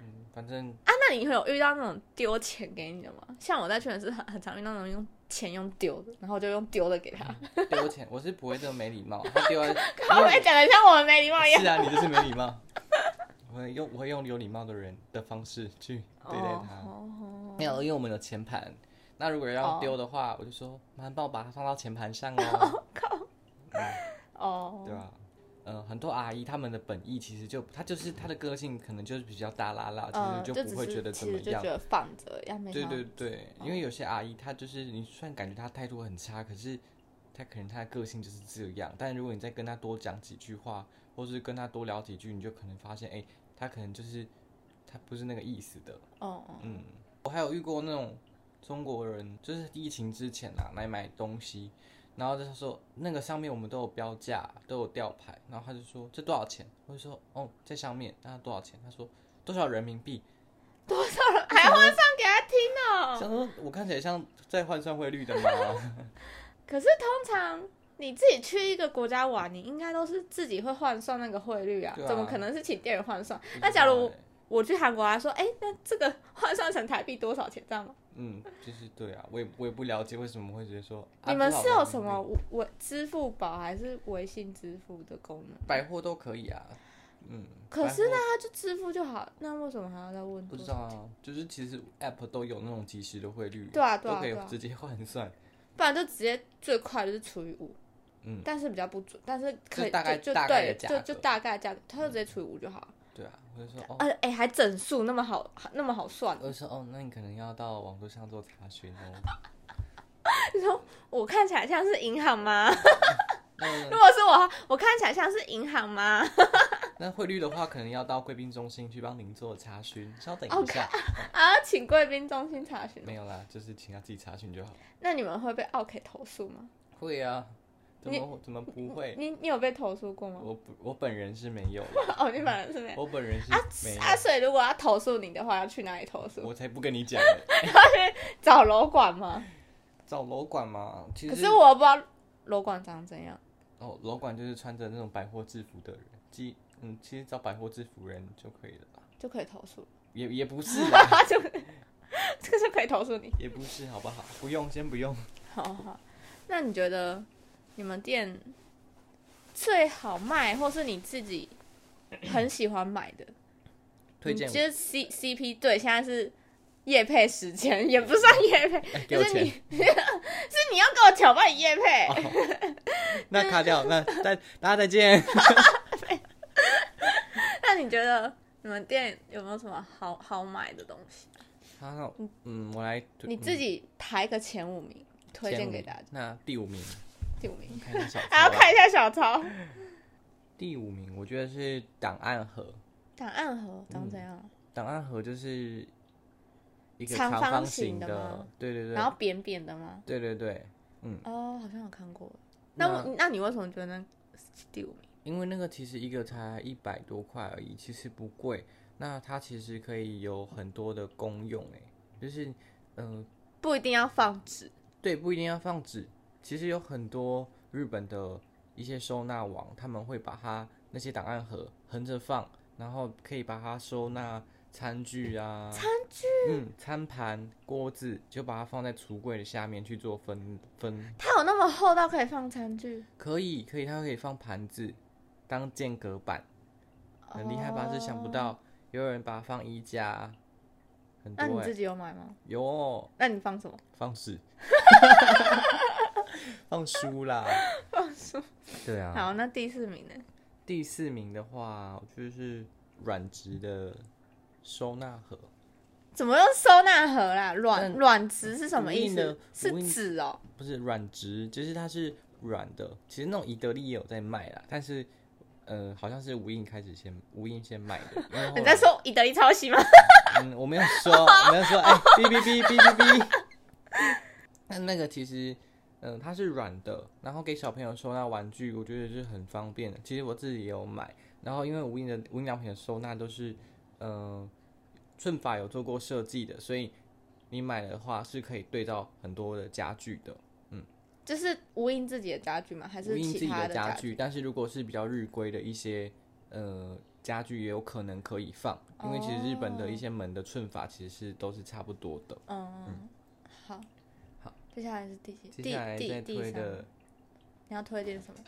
[SPEAKER 3] 嗯，反正。
[SPEAKER 1] 那你会有遇到那种丢钱给你的吗？像我在屈臣氏很很常遇到那种用钱用丢的，然后我就用丢的给他，
[SPEAKER 3] 丢钱，我是不会这么没 礼貌。他丢在，
[SPEAKER 1] 他会不会讲的像我哦们没礼貌一样
[SPEAKER 3] 是。啊，你就是没礼貌。我会用我会用有礼貌的人的方式去啊对待他。
[SPEAKER 1] 哦
[SPEAKER 3] 没有，因为我们有前盘，那如果要
[SPEAKER 1] 哦
[SPEAKER 3] 丢的话，我就说麻烦帮我把它放到前盘上 哦，哎
[SPEAKER 1] 哦
[SPEAKER 3] 对吧、呃，很多阿姨她们的本意其实就她就是她的个性可能就是比较大拉拉，
[SPEAKER 1] 嗯，
[SPEAKER 3] 啊其实
[SPEAKER 1] 就
[SPEAKER 3] 不
[SPEAKER 1] 只
[SPEAKER 3] 会
[SPEAKER 1] 是
[SPEAKER 3] 觉得
[SPEAKER 1] 其
[SPEAKER 3] 怎么
[SPEAKER 1] 实就
[SPEAKER 3] 样
[SPEAKER 1] 觉。得放着，要没
[SPEAKER 3] 对
[SPEAKER 1] 想到
[SPEAKER 3] 对对，因为有些阿姨她就是你虽然感觉她态度很差，可是她可能她的个性就是这样。但如果你再跟她多讲几句话，或是跟她多聊几句，你就可能发现，哎、她可能就是她不是那个意思的。
[SPEAKER 1] 哦哦
[SPEAKER 3] 嗯，我还有遇过那种中国人，就是疫情之前啊来买东西，然后他说那个上面我们都有标价，都有吊牌，然后他就说这多少钱？我就说哦在上面，那多少钱？他说多少人民币？
[SPEAKER 1] 多少人还换算给他听哦？
[SPEAKER 3] 想说我看起来像在换算汇率 的吗？
[SPEAKER 1] 可是通常你自己去一个国家玩，你应该都是自己会换算那个汇率啊，
[SPEAKER 3] 对啊
[SPEAKER 1] 怎么可能是请店员换算？那假如
[SPEAKER 3] 不知道欸
[SPEAKER 1] 我去韩国啊，说，哎、那这个 换算成台币多少钱，这样吗？
[SPEAKER 3] 嗯，就是对啊，我也我也不了解为什么会直接说。啊
[SPEAKER 1] 你们是有什？
[SPEAKER 3] 多少
[SPEAKER 1] 么
[SPEAKER 3] 人民币
[SPEAKER 1] 微支付宝还是微信支付的功能？
[SPEAKER 3] 百货都可以啊，嗯。
[SPEAKER 1] 可是
[SPEAKER 3] 呢，
[SPEAKER 1] 那就支付就好，那为什么还要再问？
[SPEAKER 3] 不知道。啊，就是其实 App 都有那种即时的汇率，
[SPEAKER 1] 对啊，对啊，
[SPEAKER 3] 都可
[SPEAKER 1] 对
[SPEAKER 3] 以
[SPEAKER 1] 啊，
[SPEAKER 3] 直接换算。
[SPEAKER 1] 不然就直接最快就是除以五。
[SPEAKER 3] 嗯，
[SPEAKER 1] 但是比较不准，但是可以
[SPEAKER 3] 就大概
[SPEAKER 1] 就就
[SPEAKER 3] 大概的
[SPEAKER 1] 对，
[SPEAKER 3] 价
[SPEAKER 1] 就
[SPEAKER 3] 格
[SPEAKER 1] 就大概价格，他就直接除以五就好了。
[SPEAKER 3] 对啊，我就说
[SPEAKER 1] 呃
[SPEAKER 3] 哦，，
[SPEAKER 1] 哎，还整数那么好，那么好算
[SPEAKER 3] 我，就说哦，那你可能要到网络上做查询哦。
[SPEAKER 1] 我看起来像是银行吗？ 如
[SPEAKER 3] 那
[SPEAKER 1] 果是我，我看起来像是银行吗？
[SPEAKER 3] 那汇率的话，可能要到贵宾中心去帮您做查询，稍等一下。
[SPEAKER 1] 啊，请贵宾中心查询。哦
[SPEAKER 3] 没有啦，就是请他自己查询就好。
[SPEAKER 1] 那你们会被 OK 投诉吗？
[SPEAKER 3] 会啊，怎
[SPEAKER 1] 你
[SPEAKER 3] 么怎么不会？
[SPEAKER 1] 你你有被投诉过吗？
[SPEAKER 3] 我不，我本人是没有啦，
[SPEAKER 1] 哦，你本来是没有。
[SPEAKER 3] 我本人是没有，
[SPEAKER 1] 啊，所以如果要投诉你的话，要去哪里投诉？
[SPEAKER 3] 我才不跟你讲呢。
[SPEAKER 1] 找楼管吗？
[SPEAKER 3] 找楼管嘛，其实
[SPEAKER 1] 可是我又不知道楼管长怎样。
[SPEAKER 3] 哦，楼管就是穿着那种百货制服的人，即嗯，其实找百货制服人就可以了吧？
[SPEAKER 1] 就可以投诉，
[SPEAKER 3] 也也不是啦，
[SPEAKER 1] 他就 这个就可以投诉你。
[SPEAKER 3] 也不是，好不好？不用，先不用。
[SPEAKER 1] 好好，那你觉得你们店最好卖，或是你自己很喜欢买的？
[SPEAKER 3] 推
[SPEAKER 1] 你
[SPEAKER 3] 荐
[SPEAKER 1] 就是 C C P 对，现在是夜配时间，也不算夜配，
[SPEAKER 3] 哎，给
[SPEAKER 1] 就
[SPEAKER 3] 我
[SPEAKER 1] 是你
[SPEAKER 3] 钱，
[SPEAKER 1] 是你要跟我挑拨你夜配。
[SPEAKER 3] 那卡掉，那再大家再见。
[SPEAKER 1] 那你觉得你们店有没有什么好好买的东西？
[SPEAKER 3] 好，那我嗯，我来推，
[SPEAKER 1] 你自己排个前五名，
[SPEAKER 3] 嗯
[SPEAKER 1] 推荐给大家。。
[SPEAKER 3] 那第五名，
[SPEAKER 1] 第五名，
[SPEAKER 3] 看一下 小
[SPEAKER 1] 还要
[SPEAKER 3] 抄啊
[SPEAKER 1] 看一下小抄。
[SPEAKER 3] 第五名，我觉得是档案盒。
[SPEAKER 1] 档案盒长怎样？
[SPEAKER 3] 档案盒就是一个
[SPEAKER 1] 长
[SPEAKER 3] 长
[SPEAKER 1] 方
[SPEAKER 3] 方
[SPEAKER 1] 形
[SPEAKER 3] 形
[SPEAKER 1] 的吗
[SPEAKER 3] 对对对，
[SPEAKER 1] 然后扁扁的吗？
[SPEAKER 3] 对对对，嗯，
[SPEAKER 1] 哦，好像有看过。那
[SPEAKER 3] 那
[SPEAKER 1] 我那你为什么觉得那是第五名？
[SPEAKER 3] 因为那个其实一个才一百多块而已，其实不贵。那它其实可以有很多的功用，哎，就是嗯、呃
[SPEAKER 1] 不一定要放纸，
[SPEAKER 3] 对，不一定要放纸。其实有很多日本的一些收纳网，他们会把它那些档案盒横着放，然后可以把它收纳餐具啊、餐具，嗯，餐盘、锅子，就把它放在橱柜的下面去做分分。
[SPEAKER 1] 它有那么厚到可以放餐具？
[SPEAKER 3] 可以，可以，它可以放盘子当间隔板，很厉害吧？是想不
[SPEAKER 1] 哦。
[SPEAKER 3] 到有人把它放衣架，啊很多
[SPEAKER 1] 那你
[SPEAKER 3] 哎、
[SPEAKER 1] 自己有买吗？
[SPEAKER 3] 有哦
[SPEAKER 1] 那你放什么？
[SPEAKER 3] 放屎，放书啦，放书。对啊，
[SPEAKER 1] 好，那第四名呢？
[SPEAKER 3] 第四名的话，我觉得是软质的收纳盒，
[SPEAKER 1] 怎么用收纳盒啊啦？软
[SPEAKER 3] 但
[SPEAKER 1] 软质是什么意
[SPEAKER 3] 无印嗯的
[SPEAKER 1] 思？是
[SPEAKER 3] 无印
[SPEAKER 1] 纸哦。
[SPEAKER 3] 不是软质，就是它是软的。其实那种宜得利也有在卖啦，但是呃，好像是无印开始先无印先卖的。因为后
[SPEAKER 1] 你
[SPEAKER 3] 来
[SPEAKER 1] 在说以德利抄袭吗？
[SPEAKER 3] 嗯，我没有 说，我没有说，哎、哔哔哔哔哔 哔。那那个其实，嗯、它是软的，然后给小朋友收纳玩具，我觉得是很方便的。其实我自己也有买，然后因为无印的无印良品的收纳都是，嗯、顺法有做过设计的，所以你买的话是可以对照很多的家具的。
[SPEAKER 1] 就是无印自己的家具吗？还
[SPEAKER 3] 无
[SPEAKER 1] 是
[SPEAKER 3] 印自
[SPEAKER 1] 其
[SPEAKER 3] 己
[SPEAKER 1] 他
[SPEAKER 3] 的
[SPEAKER 1] 家
[SPEAKER 3] 家？具，但是如果是比较日规的一些呃家具，也有可能可以放，因为其实日
[SPEAKER 1] 哦
[SPEAKER 3] 本的一些门的寸法其实是都是差不多的。
[SPEAKER 1] 嗯，好。
[SPEAKER 3] 好，
[SPEAKER 1] 接下来是第几？
[SPEAKER 3] 接下来
[SPEAKER 1] 第
[SPEAKER 3] 再
[SPEAKER 1] 第
[SPEAKER 3] 推
[SPEAKER 1] 第三
[SPEAKER 3] 的
[SPEAKER 1] 名，你要推荐什么？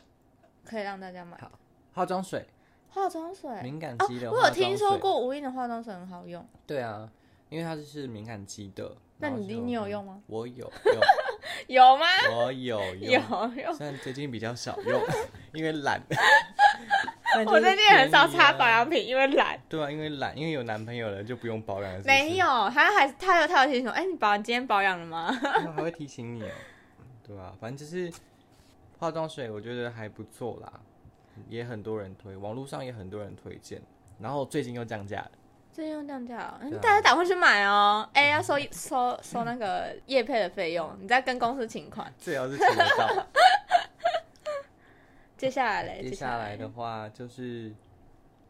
[SPEAKER 1] 可以让大家买
[SPEAKER 3] 好化妆水，
[SPEAKER 1] 化妆水。
[SPEAKER 3] 敏感
[SPEAKER 1] 哦
[SPEAKER 3] 肌的、，
[SPEAKER 1] 我有听说。过无印的化妆水很好用，
[SPEAKER 3] 对啊，因为它就是敏感肌的。
[SPEAKER 1] 那
[SPEAKER 3] 然后
[SPEAKER 1] 你
[SPEAKER 3] 就
[SPEAKER 1] 你有用吗？
[SPEAKER 3] 嗯我有，
[SPEAKER 1] 有吗？
[SPEAKER 3] 有我有
[SPEAKER 1] 有
[SPEAKER 3] 用，
[SPEAKER 1] 用。
[SPEAKER 3] 虽然最近比较少用， 因为懒。但就 是
[SPEAKER 1] 我最近很少
[SPEAKER 3] 便宜啊
[SPEAKER 1] 擦保养。品，因为懒。
[SPEAKER 3] 对啊，因为懒，因为有男朋友了就不用保养了。是不是
[SPEAKER 1] 没有，，他还他有他有提醒我，哎，你保今天保养了吗？
[SPEAKER 3] 他还会提醒你哦。对啊，反正就是化妆水，我觉得还不错啦，也很多人推，网络上也很多人推荐，然后最近又降价了。
[SPEAKER 1] 最近又降价了，嗯
[SPEAKER 3] 对啊
[SPEAKER 1] 大家打快去买哦！哎，要收收收那个业配的费用，你再跟公司请款。
[SPEAKER 3] 最好是请得到。
[SPEAKER 1] 接下来嘞，
[SPEAKER 3] 接
[SPEAKER 1] 接
[SPEAKER 3] 下来
[SPEAKER 1] 来
[SPEAKER 3] 的话就是，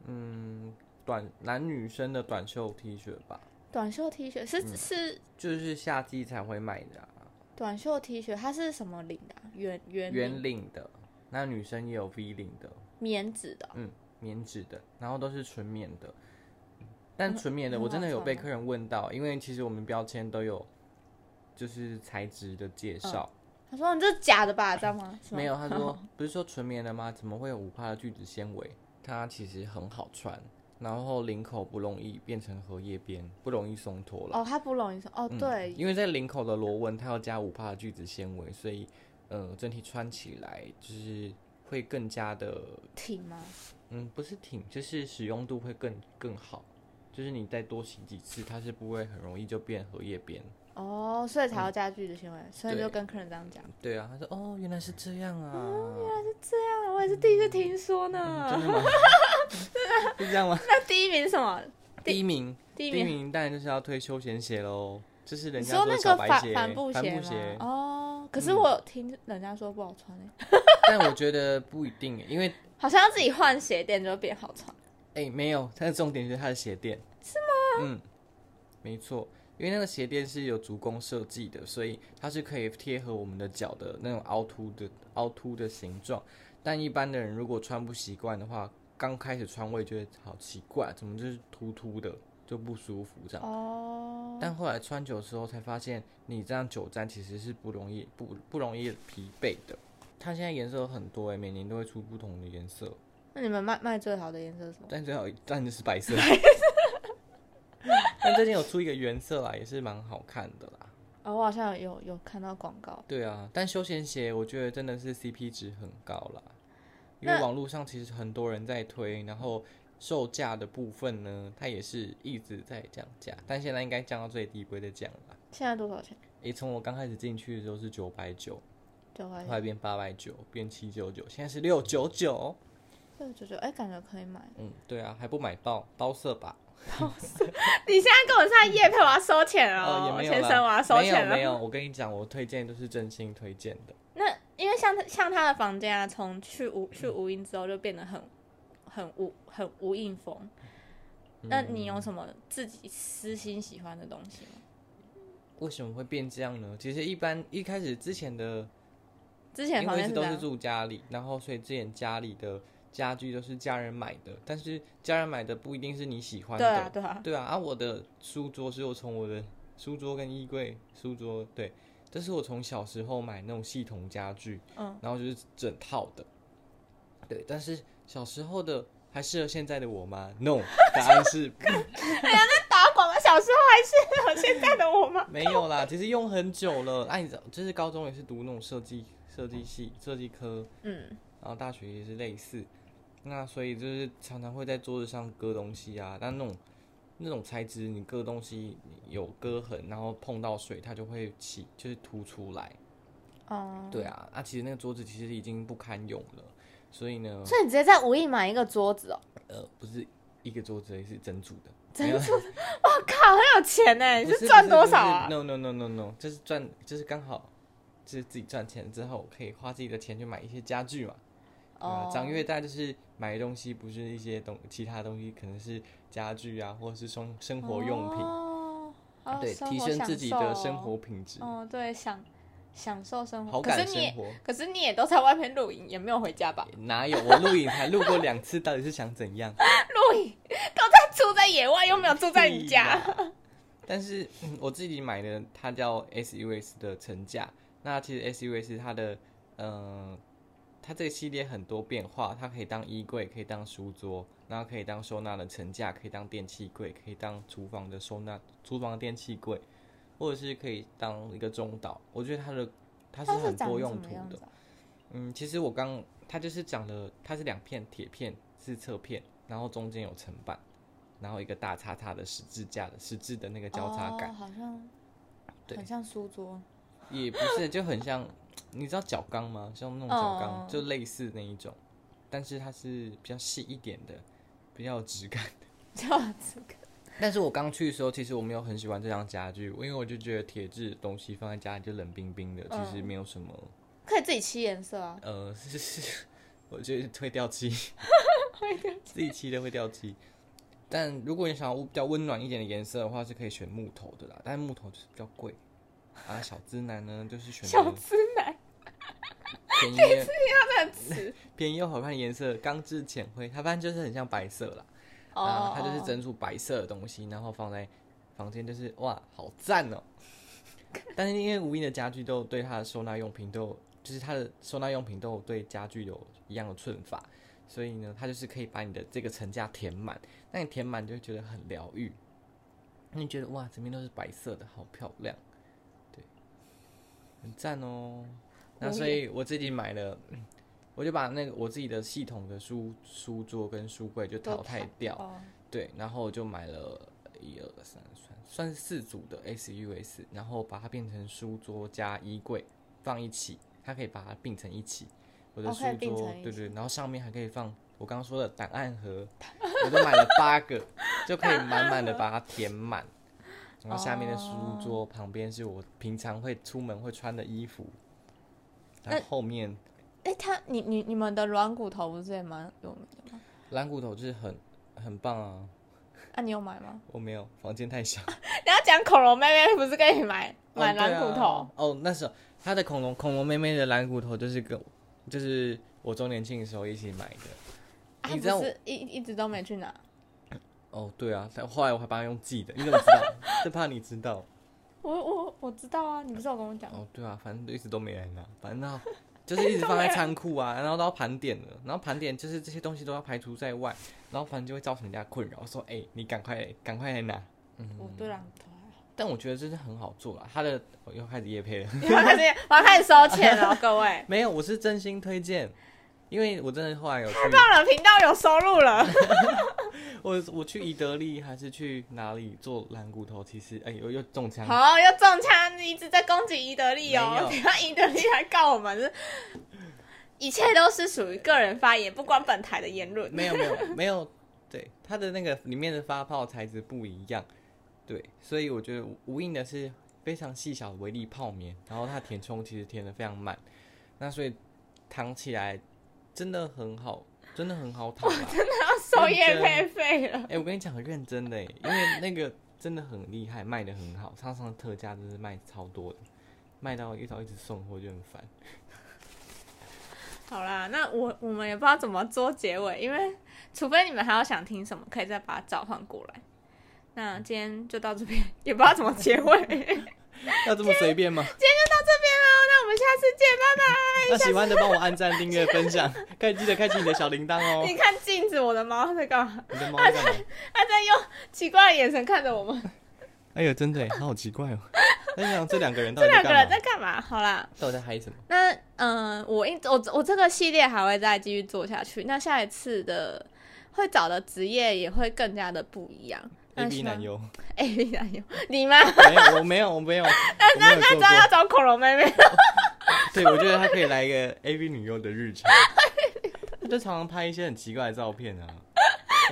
[SPEAKER 3] 嗯，短男女生的短袖 T 恤吧，
[SPEAKER 1] 短袖 T 恤是
[SPEAKER 3] 嗯
[SPEAKER 1] 是
[SPEAKER 3] 就是夏季才会买的、啊，
[SPEAKER 1] 短袖 T 恤，它是什么领的啊？圆圆
[SPEAKER 3] 圆
[SPEAKER 1] 领
[SPEAKER 3] 领的，那女生也有 V 领的，
[SPEAKER 1] 棉质的哦，
[SPEAKER 3] 嗯，棉质的，然后都是纯棉的。但纯棉的，
[SPEAKER 1] 嗯很
[SPEAKER 3] 我真的
[SPEAKER 1] 好
[SPEAKER 3] 有被
[SPEAKER 1] 穿吗啊
[SPEAKER 3] 客人问到，因为其实我们标签都有，就是材质的介绍。
[SPEAKER 1] 他说你这是假的吧？这样 吗？嗯是吗
[SPEAKER 3] 没有，他 说不是说纯棉的吗？怎么会有五帕的聚酯纤维？它其实很好穿，然后领口不容易变成荷叶边，不容易松脱了。
[SPEAKER 1] 哦，它不容易说哦，
[SPEAKER 3] 嗯
[SPEAKER 1] 对，
[SPEAKER 3] 因为在领口的螺纹它要加五帕的聚酯纤维，所以呃整体穿起来就是会更加的，
[SPEAKER 1] 挺吗？
[SPEAKER 3] 嗯，不是挺，就是使用度会更更好，就是你再多洗几次，它是不会很容易就变荷叶边。
[SPEAKER 1] 哦，所以才要家具的行为，所以
[SPEAKER 3] 嗯对
[SPEAKER 1] 就跟客人这样讲。
[SPEAKER 3] 对啊，他说哦，原来是这样啊，
[SPEAKER 1] 啊，我也是第一次听说
[SPEAKER 3] 嗯真
[SPEAKER 1] 呢。
[SPEAKER 3] 的吗？是这样 吗？
[SPEAKER 1] 那 第一名是什么？
[SPEAKER 3] 第一名，
[SPEAKER 1] 第一
[SPEAKER 3] 第一
[SPEAKER 1] 名
[SPEAKER 3] 名当然就是要推休闲鞋喽，就是人
[SPEAKER 1] 你
[SPEAKER 3] 家
[SPEAKER 1] 说那
[SPEAKER 3] 的小
[SPEAKER 1] 个
[SPEAKER 3] 白
[SPEAKER 1] 帆
[SPEAKER 3] 鞋、
[SPEAKER 1] 帆
[SPEAKER 3] 帆布
[SPEAKER 1] 鞋
[SPEAKER 3] 鞋嗯
[SPEAKER 1] 吗？哦，可是我有听人家说不好穿诶、
[SPEAKER 3] 但我觉得不一定欸耶，因为
[SPEAKER 1] 好像要自己换鞋垫就会变好穿。
[SPEAKER 3] 哎、没有，它的重点就是它的鞋垫。是吗？嗯，没错，因为那个鞋垫是有足弓设计的，所以它是可以贴合我们的脚的那种凹凸的凹凸的形状。但一般的人如果穿不习惯的话，刚开始穿我也觉得好奇怪，怎么就是凸凸的就不舒服这样。
[SPEAKER 1] 哦，
[SPEAKER 3] 但后来穿久之后才发现，你这样久站其实是不容易不不容易疲惫的。它现在颜色有很多哎、每年都会出不同的颜色。
[SPEAKER 1] 那你们卖卖最好的颜色是什么？
[SPEAKER 3] 但最好但就是白色。但最近有出一个原色啦，也是蛮好看的啦。
[SPEAKER 1] 哦，我好像有有看到广告。
[SPEAKER 3] 对啊，但休闲鞋我觉得真的是 CP 值很高啦，因为
[SPEAKER 1] 那
[SPEAKER 3] 网络上其实很多人在推，然后售价的部分呢，它也是一直在降价，但现在应该降到最低，不会再降了啦。
[SPEAKER 1] 现在多少钱？
[SPEAKER 3] 诶，从我刚开始进去的时候是九百九，
[SPEAKER 1] 九块
[SPEAKER 3] 后来变八百九，变七九九，现在是六九九。
[SPEAKER 1] 六九九，哎，感觉可以买。
[SPEAKER 3] 嗯，对啊，还不买到包色吧？
[SPEAKER 1] 你现在跟我上夜配，我要收钱了
[SPEAKER 3] 哦，也
[SPEAKER 1] 哦，
[SPEAKER 3] 没有
[SPEAKER 1] 先
[SPEAKER 3] 啦
[SPEAKER 1] 生，我要收钱了。
[SPEAKER 3] 没有没有，我跟你讲，我推荐都是真心推荐的。
[SPEAKER 1] 那因为像他像他的房间啊，从去无去无印之后就变得很很无很无印风。
[SPEAKER 3] 嗯
[SPEAKER 1] 那你有什么自己私心喜欢的东西吗？
[SPEAKER 3] 为什么会变这样呢？其实一般一开始之前的，
[SPEAKER 1] 之前
[SPEAKER 3] 因
[SPEAKER 1] 房
[SPEAKER 3] 为
[SPEAKER 1] 间
[SPEAKER 3] 是
[SPEAKER 1] 这
[SPEAKER 3] 都是
[SPEAKER 1] 样，
[SPEAKER 3] 住家里，然后所以之前家里的家具都是家人买的，但是家人买的不一定是你喜欢
[SPEAKER 1] 对
[SPEAKER 3] 的。
[SPEAKER 1] 啊对啊，
[SPEAKER 3] 对啊，啊，我的书桌是我从我的书桌跟衣柜、书桌，对，这是我从小时候买那种系统家具，
[SPEAKER 1] 嗯，
[SPEAKER 3] 然后就是整套的，对，但是小时候的还适合现在的我吗？No，答 案是
[SPEAKER 1] 打广告小时候还是有现在的我吗？
[SPEAKER 3] 没有啦，其实用很久了。哎、你知道，就是高中也是读那种设计设计系设计科，
[SPEAKER 1] 嗯，
[SPEAKER 3] 然后大学也是类似，那所以就是常常会在桌子上割东西啊，但那种那种材质，你割东西有割痕，然后碰到水，它就会起，就是凸出来。
[SPEAKER 1] 哦，
[SPEAKER 3] 对啊，啊，其实那个桌子其实已经不堪用了，所以呢，
[SPEAKER 1] 所以你直接在无印买一个桌子哦，
[SPEAKER 3] 呃，不是一个桌子而已，是整组的。
[SPEAKER 1] 整
[SPEAKER 3] 组
[SPEAKER 1] 我靠，很有钱呢，你
[SPEAKER 3] 不
[SPEAKER 1] 哎是赚
[SPEAKER 3] 不
[SPEAKER 1] 多
[SPEAKER 3] 不
[SPEAKER 1] 少啊？
[SPEAKER 3] ？No No No No No，就是赚，就是刚好，就是自己赚钱之后，可以花自己的钱去买一些家具嘛。对啊
[SPEAKER 1] 哦，
[SPEAKER 3] 长越大就是买的东西不是一些东其他东西，可能是家具啊，或者是生生活用品，啊
[SPEAKER 1] 哦，哦
[SPEAKER 3] 对，
[SPEAKER 1] 生
[SPEAKER 3] 提
[SPEAKER 1] 活
[SPEAKER 3] 升
[SPEAKER 1] 享
[SPEAKER 3] 自己的
[SPEAKER 1] 受
[SPEAKER 3] 生活品质，
[SPEAKER 1] 哦，对，享享受生活，
[SPEAKER 3] 好
[SPEAKER 1] 可
[SPEAKER 3] 感
[SPEAKER 1] 是你
[SPEAKER 3] 生
[SPEAKER 1] 也
[SPEAKER 3] 活。
[SPEAKER 1] 可是你也都在外面露营，也没有回家吧？
[SPEAKER 3] 哪有我录影才录过两次，到底是想怎样？
[SPEAKER 1] 啊露营都在住在野外，又没有住在你家。
[SPEAKER 3] 屁啦。 但是、嗯我自己买的，它叫 SUS 的层架。那其实 SUS 它的，呃，它这个系列很多变化，它可以当衣柜，可以当书桌，然后可以当收纳的层架，可以当电器柜，可以当厨房的收纳，厨房的电器柜，或者是可以当一个中岛。我觉得它的它是
[SPEAKER 1] 它
[SPEAKER 3] 很
[SPEAKER 1] 长
[SPEAKER 3] 多
[SPEAKER 1] 什
[SPEAKER 3] 用
[SPEAKER 1] 么
[SPEAKER 3] 途
[SPEAKER 1] 样
[SPEAKER 3] 的
[SPEAKER 1] 子。啊？
[SPEAKER 3] 嗯，其实我刚它就是讲了，它是两片铁片是侧片，然后中间有层板，然后一个大叉叉的十字架的十字的那个交叉
[SPEAKER 1] 哦
[SPEAKER 3] 感，
[SPEAKER 1] 好像
[SPEAKER 3] 对
[SPEAKER 1] 很像书桌。
[SPEAKER 3] 也不是就很像，你知道角钢吗？像那种角钢、
[SPEAKER 1] 哦
[SPEAKER 3] 就类似那一种，但是它是比较细一点的，比较有质感。
[SPEAKER 1] 这样子，
[SPEAKER 3] 但是我刚去的时候，其实我没有很喜欢这张家具，因为我就觉得铁质的东西放在家里就冷冰冰的，其实
[SPEAKER 1] 嗯
[SPEAKER 3] 没有什么，
[SPEAKER 1] 可以自己漆颜色啊。
[SPEAKER 3] 呃， 是是，我觉得会掉漆。自己漆的会掉漆。但如果你想要比较温暖一点的颜色的话，是可以选木头的啦，但木头就是比较贵。啊，小资男呢，就是选
[SPEAKER 1] 小
[SPEAKER 3] 择
[SPEAKER 1] 直男
[SPEAKER 3] 便宜的、
[SPEAKER 1] 这个 词
[SPEAKER 3] 便宜又好看的颜色，钢制浅灰，它反正就是很像白色啦。
[SPEAKER 1] 哦
[SPEAKER 3] 啊，，它就是
[SPEAKER 1] 哦
[SPEAKER 3] 整组白色的东西，然后放在房间，就是哇，好赞哦、 但是因为无印的家具都有对它的收纳用品都有，就是它的收纳用品都有对家具有一样的寸法，所以呢，它就是可以把你的这个层架填满。那你填满就会觉得很疗愈，那你觉得哇，整面都是白色的，好漂亮，对，很赞哦、那所以我自己买了，嗯我就把那个我自己的系统的书书桌跟书柜就淘汰掉，
[SPEAKER 1] 哦，
[SPEAKER 3] 对，然后我就买了一二三算算是四组的 SUS，然后把它变成书桌加衣柜放一起，它可以把它并成一起。我的
[SPEAKER 1] 哦
[SPEAKER 3] 书
[SPEAKER 1] 可以并
[SPEAKER 3] 桌
[SPEAKER 1] 成，一
[SPEAKER 3] 对
[SPEAKER 1] 起
[SPEAKER 3] 对，然后上面还可以放我刚刚说的档案盒，我都买了八个，就可以满满的把它填满。然后下面的书
[SPEAKER 1] 哦
[SPEAKER 3] 桌旁边是我平常会出门会穿的衣服，然
[SPEAKER 1] 那
[SPEAKER 3] 后后面
[SPEAKER 1] 哎、他你你你们的软骨头不是也蛮有名的吗？
[SPEAKER 3] 蓝骨头就是很很棒啊，
[SPEAKER 1] 啊，你有买 吗？
[SPEAKER 3] 我没有，房间太小。
[SPEAKER 1] 你要讲恐龙妹妹不是跟你买
[SPEAKER 3] 啊哦
[SPEAKER 1] 买
[SPEAKER 3] 对
[SPEAKER 1] 软骨头？
[SPEAKER 3] 啊哦那时候他的恐龙恐龙妹妹的蓝骨头就是跟就是我周年庆的时候一起买的。
[SPEAKER 1] 啊，
[SPEAKER 3] 你
[SPEAKER 1] 不
[SPEAKER 3] 知道我
[SPEAKER 1] 是一一直都没去拿。
[SPEAKER 3] 哦，对啊，但后来我还帮他用记的，你怎么知道？就怕你知 道。
[SPEAKER 1] 我我我知道啊，你不是有跟我讲？
[SPEAKER 3] 哦，对啊，反正一直都没人拿，反正到就是一直放在仓库啊，然后到盘点了，然后盘点就是这些东西都要排除在外，然后反正就会造成人家困扰，说哎、你赶快赶快来拿。
[SPEAKER 1] 我
[SPEAKER 3] 嗯
[SPEAKER 1] 对软骨头还好。
[SPEAKER 3] 但我觉得这是很好做啦，他的我又开始夜配了。
[SPEAKER 1] 你们开始， 我要开始收钱了，各位。
[SPEAKER 3] 没有，我是真心推荐，因为我真的后来有去。
[SPEAKER 1] 到了频道有收入了，
[SPEAKER 3] 我我去宜得利还是去哪里做蓝骨头？其实哎、又又中枪。
[SPEAKER 1] 好，又中枪，你一直在攻击伊德利哦，
[SPEAKER 3] 没
[SPEAKER 1] 你看伊德利还告我们是，一切都是属于个人发言，不关本台的言论。
[SPEAKER 3] 没有没有没有，对它的那个里面的发泡材质不一样，对，所以我觉得无印的是非常细小的微粒泡棉，然后它填充其实填的非常满，那所以躺起来真的很好， 真的很好躺、啊。
[SPEAKER 1] 要收业配费了
[SPEAKER 3] 哎、，我跟你讲，很认真的哎，因为那个真的很厉害，卖的很好，上上特价真是卖超多的，卖到遇到一直送货就很烦。
[SPEAKER 1] 好啦，那我我们也不知道怎么做结尾，因为除非你们还有想听什么，可以再把它召唤过来。那今天就到这边，也不知道怎么结尾，今天就
[SPEAKER 3] 要这么随便吗？
[SPEAKER 1] 到这边喽。那我们下次见，拜
[SPEAKER 3] 那喜欢的帮我按赞、订阅、分享，开记得开启你的小铃铛哦
[SPEAKER 1] 拜。。你看镜子，我的猫在干嘛？
[SPEAKER 3] 你的猫在干嘛？
[SPEAKER 1] 它在用奇怪的眼神看着我们，
[SPEAKER 3] 哎呦，真的耶，好奇怪哦。在想这两个人到
[SPEAKER 1] 这
[SPEAKER 3] 底 在
[SPEAKER 1] 两个人
[SPEAKER 3] 干
[SPEAKER 1] 在
[SPEAKER 3] 嘛？
[SPEAKER 1] 干嘛？好啦，
[SPEAKER 3] 到底在嗨什么？
[SPEAKER 1] 那嗯、呃我一我我这个系列还会再继续做下去。那下一次的会找的职业也会更加的不一样。
[SPEAKER 3] A
[SPEAKER 1] 那
[SPEAKER 3] B
[SPEAKER 1] 希望
[SPEAKER 3] 男优
[SPEAKER 1] ，A B 男优，你吗？
[SPEAKER 3] 没有，我没有，我没有， 我没有做
[SPEAKER 1] 知道要
[SPEAKER 3] 过。
[SPEAKER 1] 找恐龙 妹妹。
[SPEAKER 3] 对，我觉得他可以来一个 A B 女优的日 常，他就常常拍一些很奇怪的照片啊，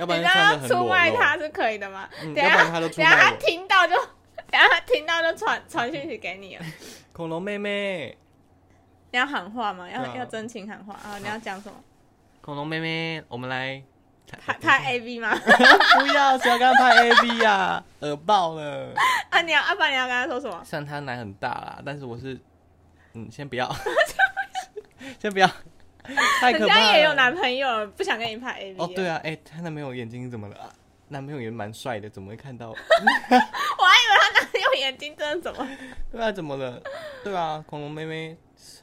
[SPEAKER 3] 要不
[SPEAKER 1] 你知道
[SPEAKER 3] 然就穿
[SPEAKER 1] 要
[SPEAKER 3] 的很
[SPEAKER 1] 出
[SPEAKER 3] 裸
[SPEAKER 1] 卖
[SPEAKER 3] 露，
[SPEAKER 1] 他是可以的吗？
[SPEAKER 3] 嗯
[SPEAKER 1] 等
[SPEAKER 3] 要不
[SPEAKER 1] 下
[SPEAKER 3] 然他都出
[SPEAKER 1] 等下他
[SPEAKER 3] 卖我。
[SPEAKER 1] 听到就， 等下他听到就传传讯息给你了。
[SPEAKER 3] 恐龙妹妹，
[SPEAKER 1] 你要喊话吗？要、
[SPEAKER 3] 对啊
[SPEAKER 1] 要真情喊话啊！你要讲什么？
[SPEAKER 3] 恐龙妹妹，我们来
[SPEAKER 1] 拍拍 A V 吗？
[SPEAKER 3] 不要，谁要跟他拍 A B 呀？耳爆了。
[SPEAKER 1] 啊，你要阿爸，不然你要跟他说什么？
[SPEAKER 3] 虽然他奶很大啦，但是我是，嗯，先不要，先不要，太可
[SPEAKER 1] 人
[SPEAKER 3] 怕
[SPEAKER 1] 家
[SPEAKER 3] 了。
[SPEAKER 1] 也有男朋友了，不想跟你拍 A V。
[SPEAKER 3] 哦，对，啊，哎、他男朋友眼睛怎么了？啊男朋友也蛮帅的，怎么会 看到？
[SPEAKER 1] 我还以为他男朋友眼睛真的怎么？
[SPEAKER 3] 对啊，怎么了？对啊，恐龙妹妹，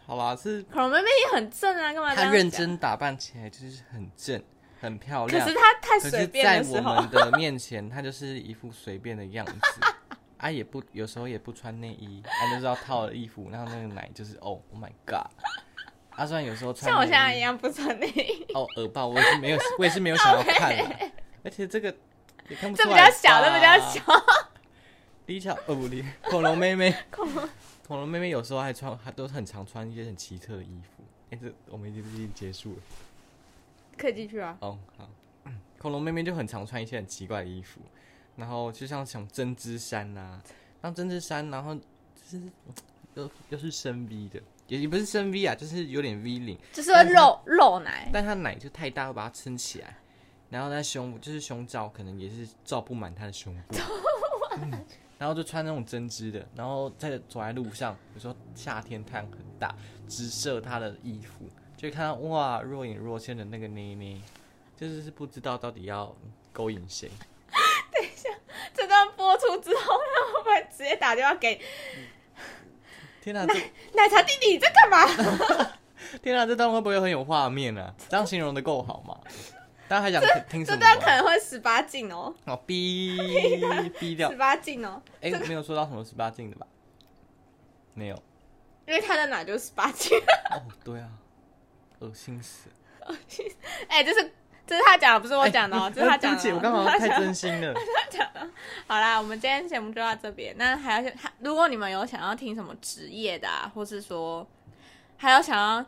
[SPEAKER 3] 好啦，是
[SPEAKER 1] 恐龙妹妹也很正啊，干嘛这
[SPEAKER 3] 她
[SPEAKER 1] 样？
[SPEAKER 3] 认。真打扮起来就是很正，很漂
[SPEAKER 1] 可
[SPEAKER 3] 亮。
[SPEAKER 1] 是他太
[SPEAKER 3] 可
[SPEAKER 1] 随
[SPEAKER 3] 是
[SPEAKER 1] 便
[SPEAKER 3] 在
[SPEAKER 1] 的时
[SPEAKER 3] 我
[SPEAKER 1] 候
[SPEAKER 3] 们，的面前，她就是一副随便的样子。啊，也不有时候也不穿内衣，啊，就是要套了衣服，然后那个奶就是哦，Oh my god！啊， 虽然有时候 穿
[SPEAKER 1] 像我现
[SPEAKER 3] 内
[SPEAKER 1] 在
[SPEAKER 3] 衣
[SPEAKER 1] 一样不穿内衣，
[SPEAKER 3] 哦，耳爆，我也是没有，我也是没 有想要看的。而且这个也看不
[SPEAKER 1] 这
[SPEAKER 3] 出
[SPEAKER 1] 比
[SPEAKER 3] 来
[SPEAKER 1] 较小，
[SPEAKER 3] 吧
[SPEAKER 1] 这比较。小。
[SPEAKER 3] 李巧，哦不，李恐龙 妹妹，恐恐龙妹妹有时候还穿，还都很常穿一些很奇特的衣服。哎、这我们已经已经结束了。
[SPEAKER 1] 可以继续啊。
[SPEAKER 3] 哦，好。恐龙妹妹就很常穿一些很奇怪的衣服，然后就像像针织衫呐、啊，像针织衫，然后就是又又是深 V 的，也也不是深 V 啊，就是有点 V 领。
[SPEAKER 1] 就是会露露奶，
[SPEAKER 3] 但他奶就太大，会把它撑起来，然后他胸部就是胸罩可能也是罩不满他的胸部，嗯然后就穿那种针织的，然后在走在路上，有时候夏天太阳很大，直射他的衣服，就会看到哇若隐若现的那个捏捏，就是是不知道到底要勾引谁。
[SPEAKER 1] 这段播出之后，他会不会直接打电话给
[SPEAKER 3] 天哪、这
[SPEAKER 1] 奶茶弟弟？你在干 嘛？
[SPEAKER 3] 天哪、这段会不会很有画面啊？这样形容的够好吗？大家还想听什
[SPEAKER 1] 这
[SPEAKER 3] 么
[SPEAKER 1] 段可
[SPEAKER 3] 吗？
[SPEAKER 1] 能会十八禁哦，
[SPEAKER 3] 好 逼逼掉
[SPEAKER 1] 十，八禁哦。
[SPEAKER 3] 哎、没有说到什么十八禁的吧？没有，
[SPEAKER 1] 因为他的奶就是十八禁。
[SPEAKER 3] 哦，对啊，恶心死了！
[SPEAKER 1] 哎、这是这是他讲的，不是我讲的哦，这是他讲
[SPEAKER 3] 哎对不起，
[SPEAKER 1] 的哦。
[SPEAKER 3] 我刚 好太真心了。
[SPEAKER 1] 好啦，我们今天节目就到这边。那还要还如果你们有想要听什么职业的、啊，或是说还有想要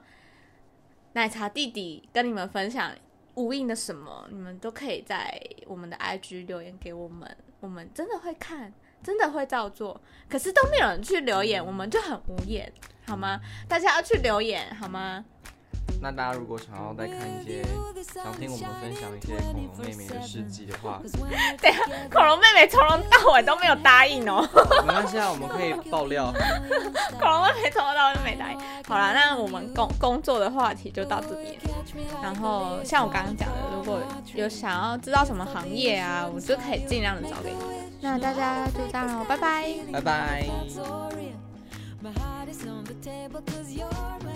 [SPEAKER 1] 奶茶弟弟跟你们分享无印的什么，你们都可以在我们的 IG 留言给我们，我们真的会看，真的会照做。可是都没有人去留言，我们就很无言，好吗？大家要去留言，好吗？
[SPEAKER 3] 那大家如果想要再看一些，想听我们分享一些恐龙妹妹的事迹的话，
[SPEAKER 1] 对啊，恐龙妹妹从头到尾都没有答应哦。
[SPEAKER 3] 没关系啊，我们可以爆料。
[SPEAKER 1] 恐龙妹妹从头到尾都没答应。好啦，那我们工工作的话题就到这边。然后像我刚刚讲的，如果有想要知道什么行业啊，我就可以尽量的找给你。
[SPEAKER 4] 那大家就这样喽，拜拜。
[SPEAKER 3] 拜拜。
[SPEAKER 6] My heart is on the table cause you're my